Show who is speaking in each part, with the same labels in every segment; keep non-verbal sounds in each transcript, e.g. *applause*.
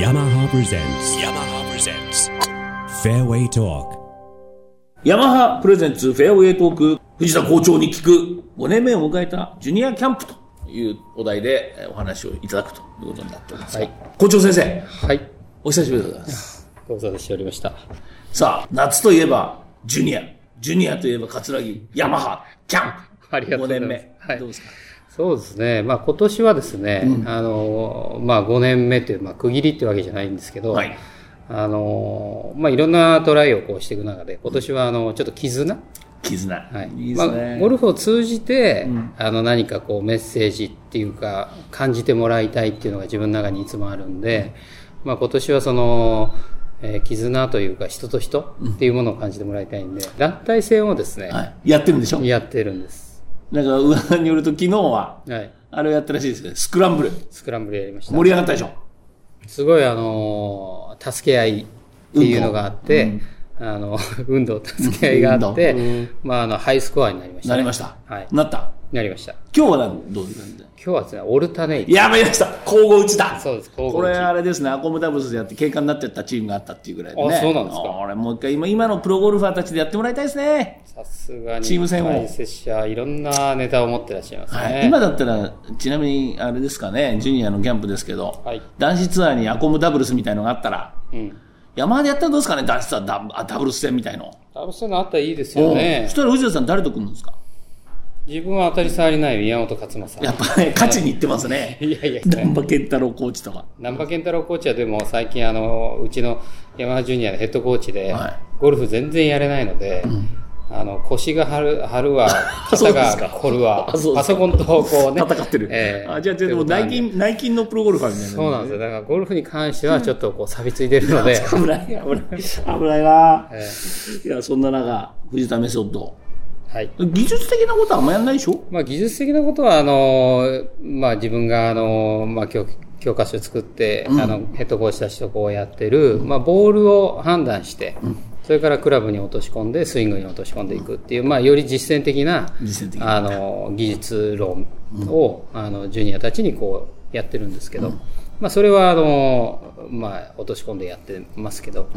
Speaker 1: yamaha presents yamaha presents fairway talk
Speaker 2: ヤマハプレゼンツフェアウェイトーク、藤田校長に聞く、5年目を迎えたジュニアキャンプというお題でえーお話をいただくということになっております。
Speaker 3: はい
Speaker 2: 校長先生、
Speaker 3: はい。
Speaker 2: お久しぶりでございます。
Speaker 3: ご無沙汰しておりました。
Speaker 2: さあ、夏といえばジュニア、ジュニアといえば桂木、ヤマハ、キャンプ。
Speaker 3: ありがとうございま
Speaker 2: 5年
Speaker 3: す
Speaker 2: 目。
Speaker 3: はい
Speaker 2: どうですか
Speaker 3: そうですね。まあ今年はですね、あの、まあ5年目という、まあ区切りってわけじゃないんですけど、
Speaker 2: はい。
Speaker 3: あの、まあいろんなトライをこうしていく中で、今年はあの、ちょっと絆、
Speaker 2: 絆。
Speaker 3: はい
Speaker 2: いですね。
Speaker 3: まあ、ゴルフを通じて、あの何かこうメッセージっていうか感じてもらいたいっていうのが自分の中にいつもあるんで、まあ、今年はその、えー絆というか人と人っていうものを感じてもらいたいんで、団体戦をですね、
Speaker 2: はい。やってるんでしょ
Speaker 3: やってるんです、
Speaker 2: なんか、噂によると昨日は、
Speaker 3: はい、
Speaker 2: あれをやったらしいですけど、スクランブル。
Speaker 3: スクランブルやりました
Speaker 2: 盛り上がったでしょ
Speaker 3: すごいあのー助け合いっていうのがあってあの運動助け合いがあって、まあ、あのハイスコアになりました
Speaker 2: なりました。
Speaker 3: はい
Speaker 2: なった。
Speaker 3: なりました
Speaker 2: 今日は何どういう感じで
Speaker 3: 今日はですねオルタネイト
Speaker 2: やめました交互打ちだ
Speaker 3: そうです
Speaker 2: これあれですね、アコムダブルスでやって喧嘩になっちゃったチームがあったっていうぐらいでね。
Speaker 3: あそうなんですか
Speaker 2: これもう一回今、今のプロゴルファーたちでやってもらいたいですね。
Speaker 3: さすがに
Speaker 2: チーム戦を
Speaker 3: 解説者いろんなネタを持ってらっしゃいますね、
Speaker 2: はい今だったら、ちなみにあれですかね、ジュニアのキャンプですけど、
Speaker 3: はい
Speaker 2: 男子ツアーにアコムダブルスみたいのがあったら、
Speaker 3: うん
Speaker 2: 山マでやったらどうですかね、男子ツアーダあダブルス戦みたいの。
Speaker 3: ダブルスのあったらいいですよ
Speaker 2: うん
Speaker 3: ね
Speaker 2: そしたら藤田さん誰と組むんですか
Speaker 3: 自分は当たり障りない宮本勝正
Speaker 2: やっぱね、勝ちに行ってますね。
Speaker 3: いやいや
Speaker 2: 難波健太郎コーチとか。
Speaker 3: 難波健太郎コーチはでも最近あのうちの山田ジュニアのヘッドコーチで、
Speaker 2: はい
Speaker 3: ゴルフ全然やれないので、あの腰が張る張るわ
Speaker 2: *laughs* そうで
Speaker 3: 肩が
Speaker 2: すか
Speaker 3: 凝るわ
Speaker 2: あそうで
Speaker 3: パ
Speaker 2: すか
Speaker 3: ソコンとこうね
Speaker 2: 戦ってる。
Speaker 3: ええ
Speaker 2: あじゃあ、じゃあ、もう内勤、内勤のプロゴルファーみたいな。
Speaker 3: そうなんですよだからゴルフに関してはちょっとこう錆びついてるので、
Speaker 2: *laughs* 危ない、危ない。危ないな、
Speaker 3: え
Speaker 2: いや、そんな中、藤田メソッド。
Speaker 3: はい
Speaker 2: 技術的なことはあんまやんないでしょ
Speaker 3: まあ、技術的なことは、あの、まあ、自分が、あの、まあ、教教科書作って、あの、ヘッドコーチたちとこうやってる、まあ、ボールを判断して、それからクラブに落とし込んで、スイングに落とし込んでいくっていう、まあ、より実践的な、
Speaker 2: 実践的な
Speaker 3: あの、技術論を、あの、ジュニアたちにこう、やってるんですけど、まあ、それは、あの、まあ、落とし込んでやってますけど、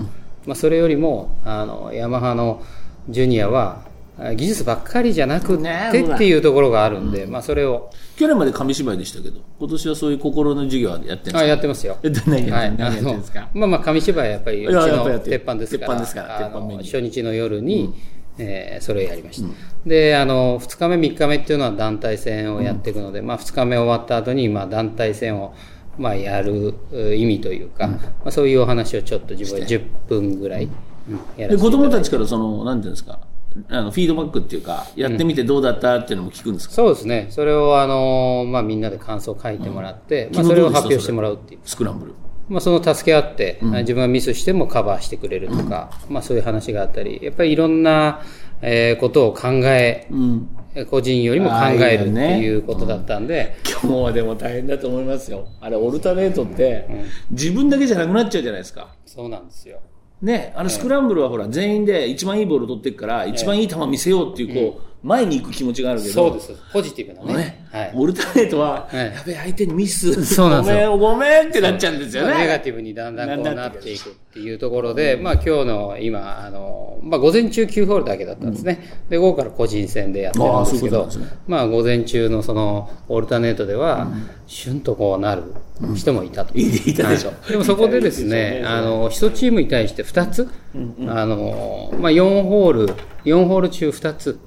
Speaker 3: まあ、それよりも、あの、ヤマハのジュニアは、あ技術ばっかりじゃなく
Speaker 2: ね
Speaker 3: っ
Speaker 2: え
Speaker 3: てっていうところがあるんで、まあそれを、
Speaker 2: 去年まで紙芝居でしたけど、今年はそういう心の授業はやってるんです
Speaker 3: あ
Speaker 2: か
Speaker 3: やってますよ。
Speaker 2: え何や
Speaker 3: は
Speaker 2: ってん
Speaker 3: い、
Speaker 2: の
Speaker 3: あ
Speaker 2: 何やってん
Speaker 3: の
Speaker 2: ですか、
Speaker 3: まあまあ、紙芝居はやっぱり、うち
Speaker 2: いややっぱや
Speaker 3: の
Speaker 2: って
Speaker 3: 鉄板ですから、
Speaker 2: 鉄板ですから
Speaker 3: あの
Speaker 2: 鉄板メニュー
Speaker 3: 初日の夜に、えーそれをやりました。で、あの、2日目、3日目っていうのは団体戦をやっていくので、まあ、2日目終わった後に、まあ、団体戦を、まあ、やるう意味というか、まあ、そういうお話をちょっと自分は10分ぐらい、うんやら
Speaker 2: で
Speaker 3: せ
Speaker 2: 子
Speaker 3: ていただい
Speaker 2: 供
Speaker 3: て
Speaker 2: たちからその、なんていうんですか、あのフィードバックっていうか、やってみてどうだったっていうのも聞くんですか、
Speaker 3: そうですね。それを、あの、まあ、みんなで感想を書いてもらって、まあ、それを発表してもらうっていう。
Speaker 2: スクランブル。
Speaker 3: まあ、その助け合って、自分がミスしてもカバーしてくれるとか、まあ、そういう話があったり、やっぱりいろんな、えーことを考え、
Speaker 2: うん。
Speaker 3: 個人よりも考えるっていうことだったんで、
Speaker 2: 今日はでも大変だと思いますよ。あれ、オルタネートって、自分だけじゃなくなっちゃうじゃないですか。
Speaker 3: そうなんですよ。
Speaker 2: ね、あのスクランブルはほら、全員で一番いいボール取っていくから、一番いい球見せようっていう、こう、前に行く気持ちがあるけど、
Speaker 3: そうです。ポジティブなね。
Speaker 2: ね
Speaker 3: はい。
Speaker 2: オルタネートは、
Speaker 3: はい
Speaker 2: やべえ、相手にミス、
Speaker 3: そうなんです
Speaker 2: ごめん、ごめんってなっちゃうんですよ
Speaker 3: まあネガ
Speaker 2: ね。
Speaker 3: ティブにだんだんこ
Speaker 2: だ
Speaker 3: う
Speaker 2: だ
Speaker 3: んなんっていくっていうところで、まあ今日の今、あの、まあ午前中9ホールだけだったんですね。で、午後から個人戦でやってるんですけ
Speaker 2: ああ
Speaker 3: ど、
Speaker 2: そういうことなんで
Speaker 3: まあ午前中のそのオルタネートでは、シュンとこうなる人もいたと。
Speaker 2: いいたでしょ。
Speaker 3: でもそこでですね、あの、1チームに対して2つ、あの、まあ、4ホール、4ホール中2つ、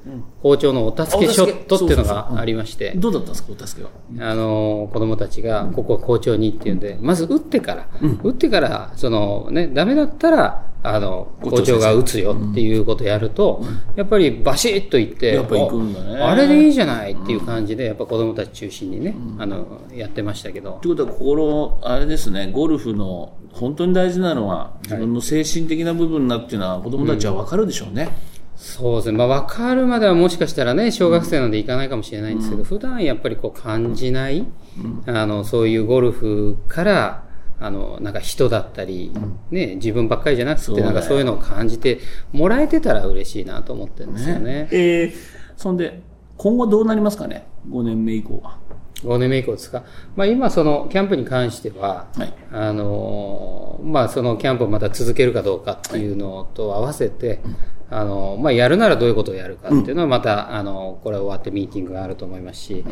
Speaker 3: 好調のお助けショットっていうのがありまして、
Speaker 2: どうだったんですか、お助けは。
Speaker 3: あの、子供たちが、ここは好調にっていうんで、まず打ってから、打ってから、そのね、ダメだったら、あの、
Speaker 2: 校長
Speaker 3: 校長が打つよっていうことをやると、やっぱりバシッといって、
Speaker 2: やっぱ行くんだね
Speaker 3: ああれでいいじゃないっていう感じで、やっぱ子供たち中心にね、あの、やってましたけど
Speaker 2: と、いうことは、この、あれですね、ゴルフの、本当に大事なのは、自分の精神的な部分だっていうのは、子供たちは分かるでしょうね。
Speaker 3: そうですね、まあ、分かるまではもしかしたらね、小学生なんで行かないかもしれないんですけど、普段やっぱりこう感じない、あのそういうゴルフから、あのなんか人だったり、ね、自分ばっかりじゃなく
Speaker 2: うだ
Speaker 3: て、
Speaker 2: よ
Speaker 3: なんかそういうのを感じてもらえてたら嬉しいなと思ってるんですよね。
Speaker 2: えーそんで、今後どうなりますかね、5年目以降は。
Speaker 3: 5年目以降ですか、まあ、今、そのキャンプに関しては、
Speaker 2: はい
Speaker 3: あのまあ、そのキャンプをまた続けるかどうかっていうのと合わせて、あのまあ、やるならどういうことをやるかっていうのは、また、あのこれ終わってミーティングがあると思いますし、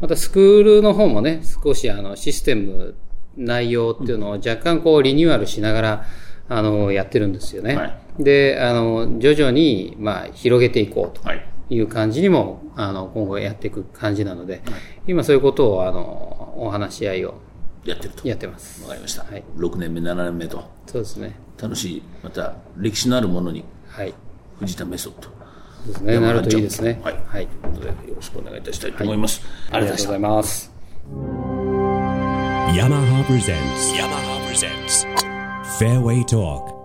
Speaker 3: またスクールの方もね、少しあのシステム、内容っていうのを若干こうリニューアルしながら、あのやってるんですよね。
Speaker 2: はい
Speaker 3: であの徐々に、まあ、広げていこうと。
Speaker 2: はい。
Speaker 3: いう感じにも、あの、今後やっていく感じなので、今そういうことを、あの、お話し合いを
Speaker 2: やってると。
Speaker 3: やってます。
Speaker 2: わかりました。
Speaker 3: はい
Speaker 2: 6年目、7年目と、
Speaker 3: そうですね。
Speaker 2: 楽しい、また歴史のあるものに、
Speaker 3: はい。
Speaker 2: 藤田メソッド。
Speaker 3: そうですね。
Speaker 2: 山
Speaker 3: な
Speaker 2: 田
Speaker 3: るといいですね。
Speaker 2: ちゃん
Speaker 3: はい。
Speaker 2: ということで、よろしくお願いいたしたいと思います。
Speaker 3: ありがとうございます。
Speaker 1: yamaha presents yamaha presents fairway talk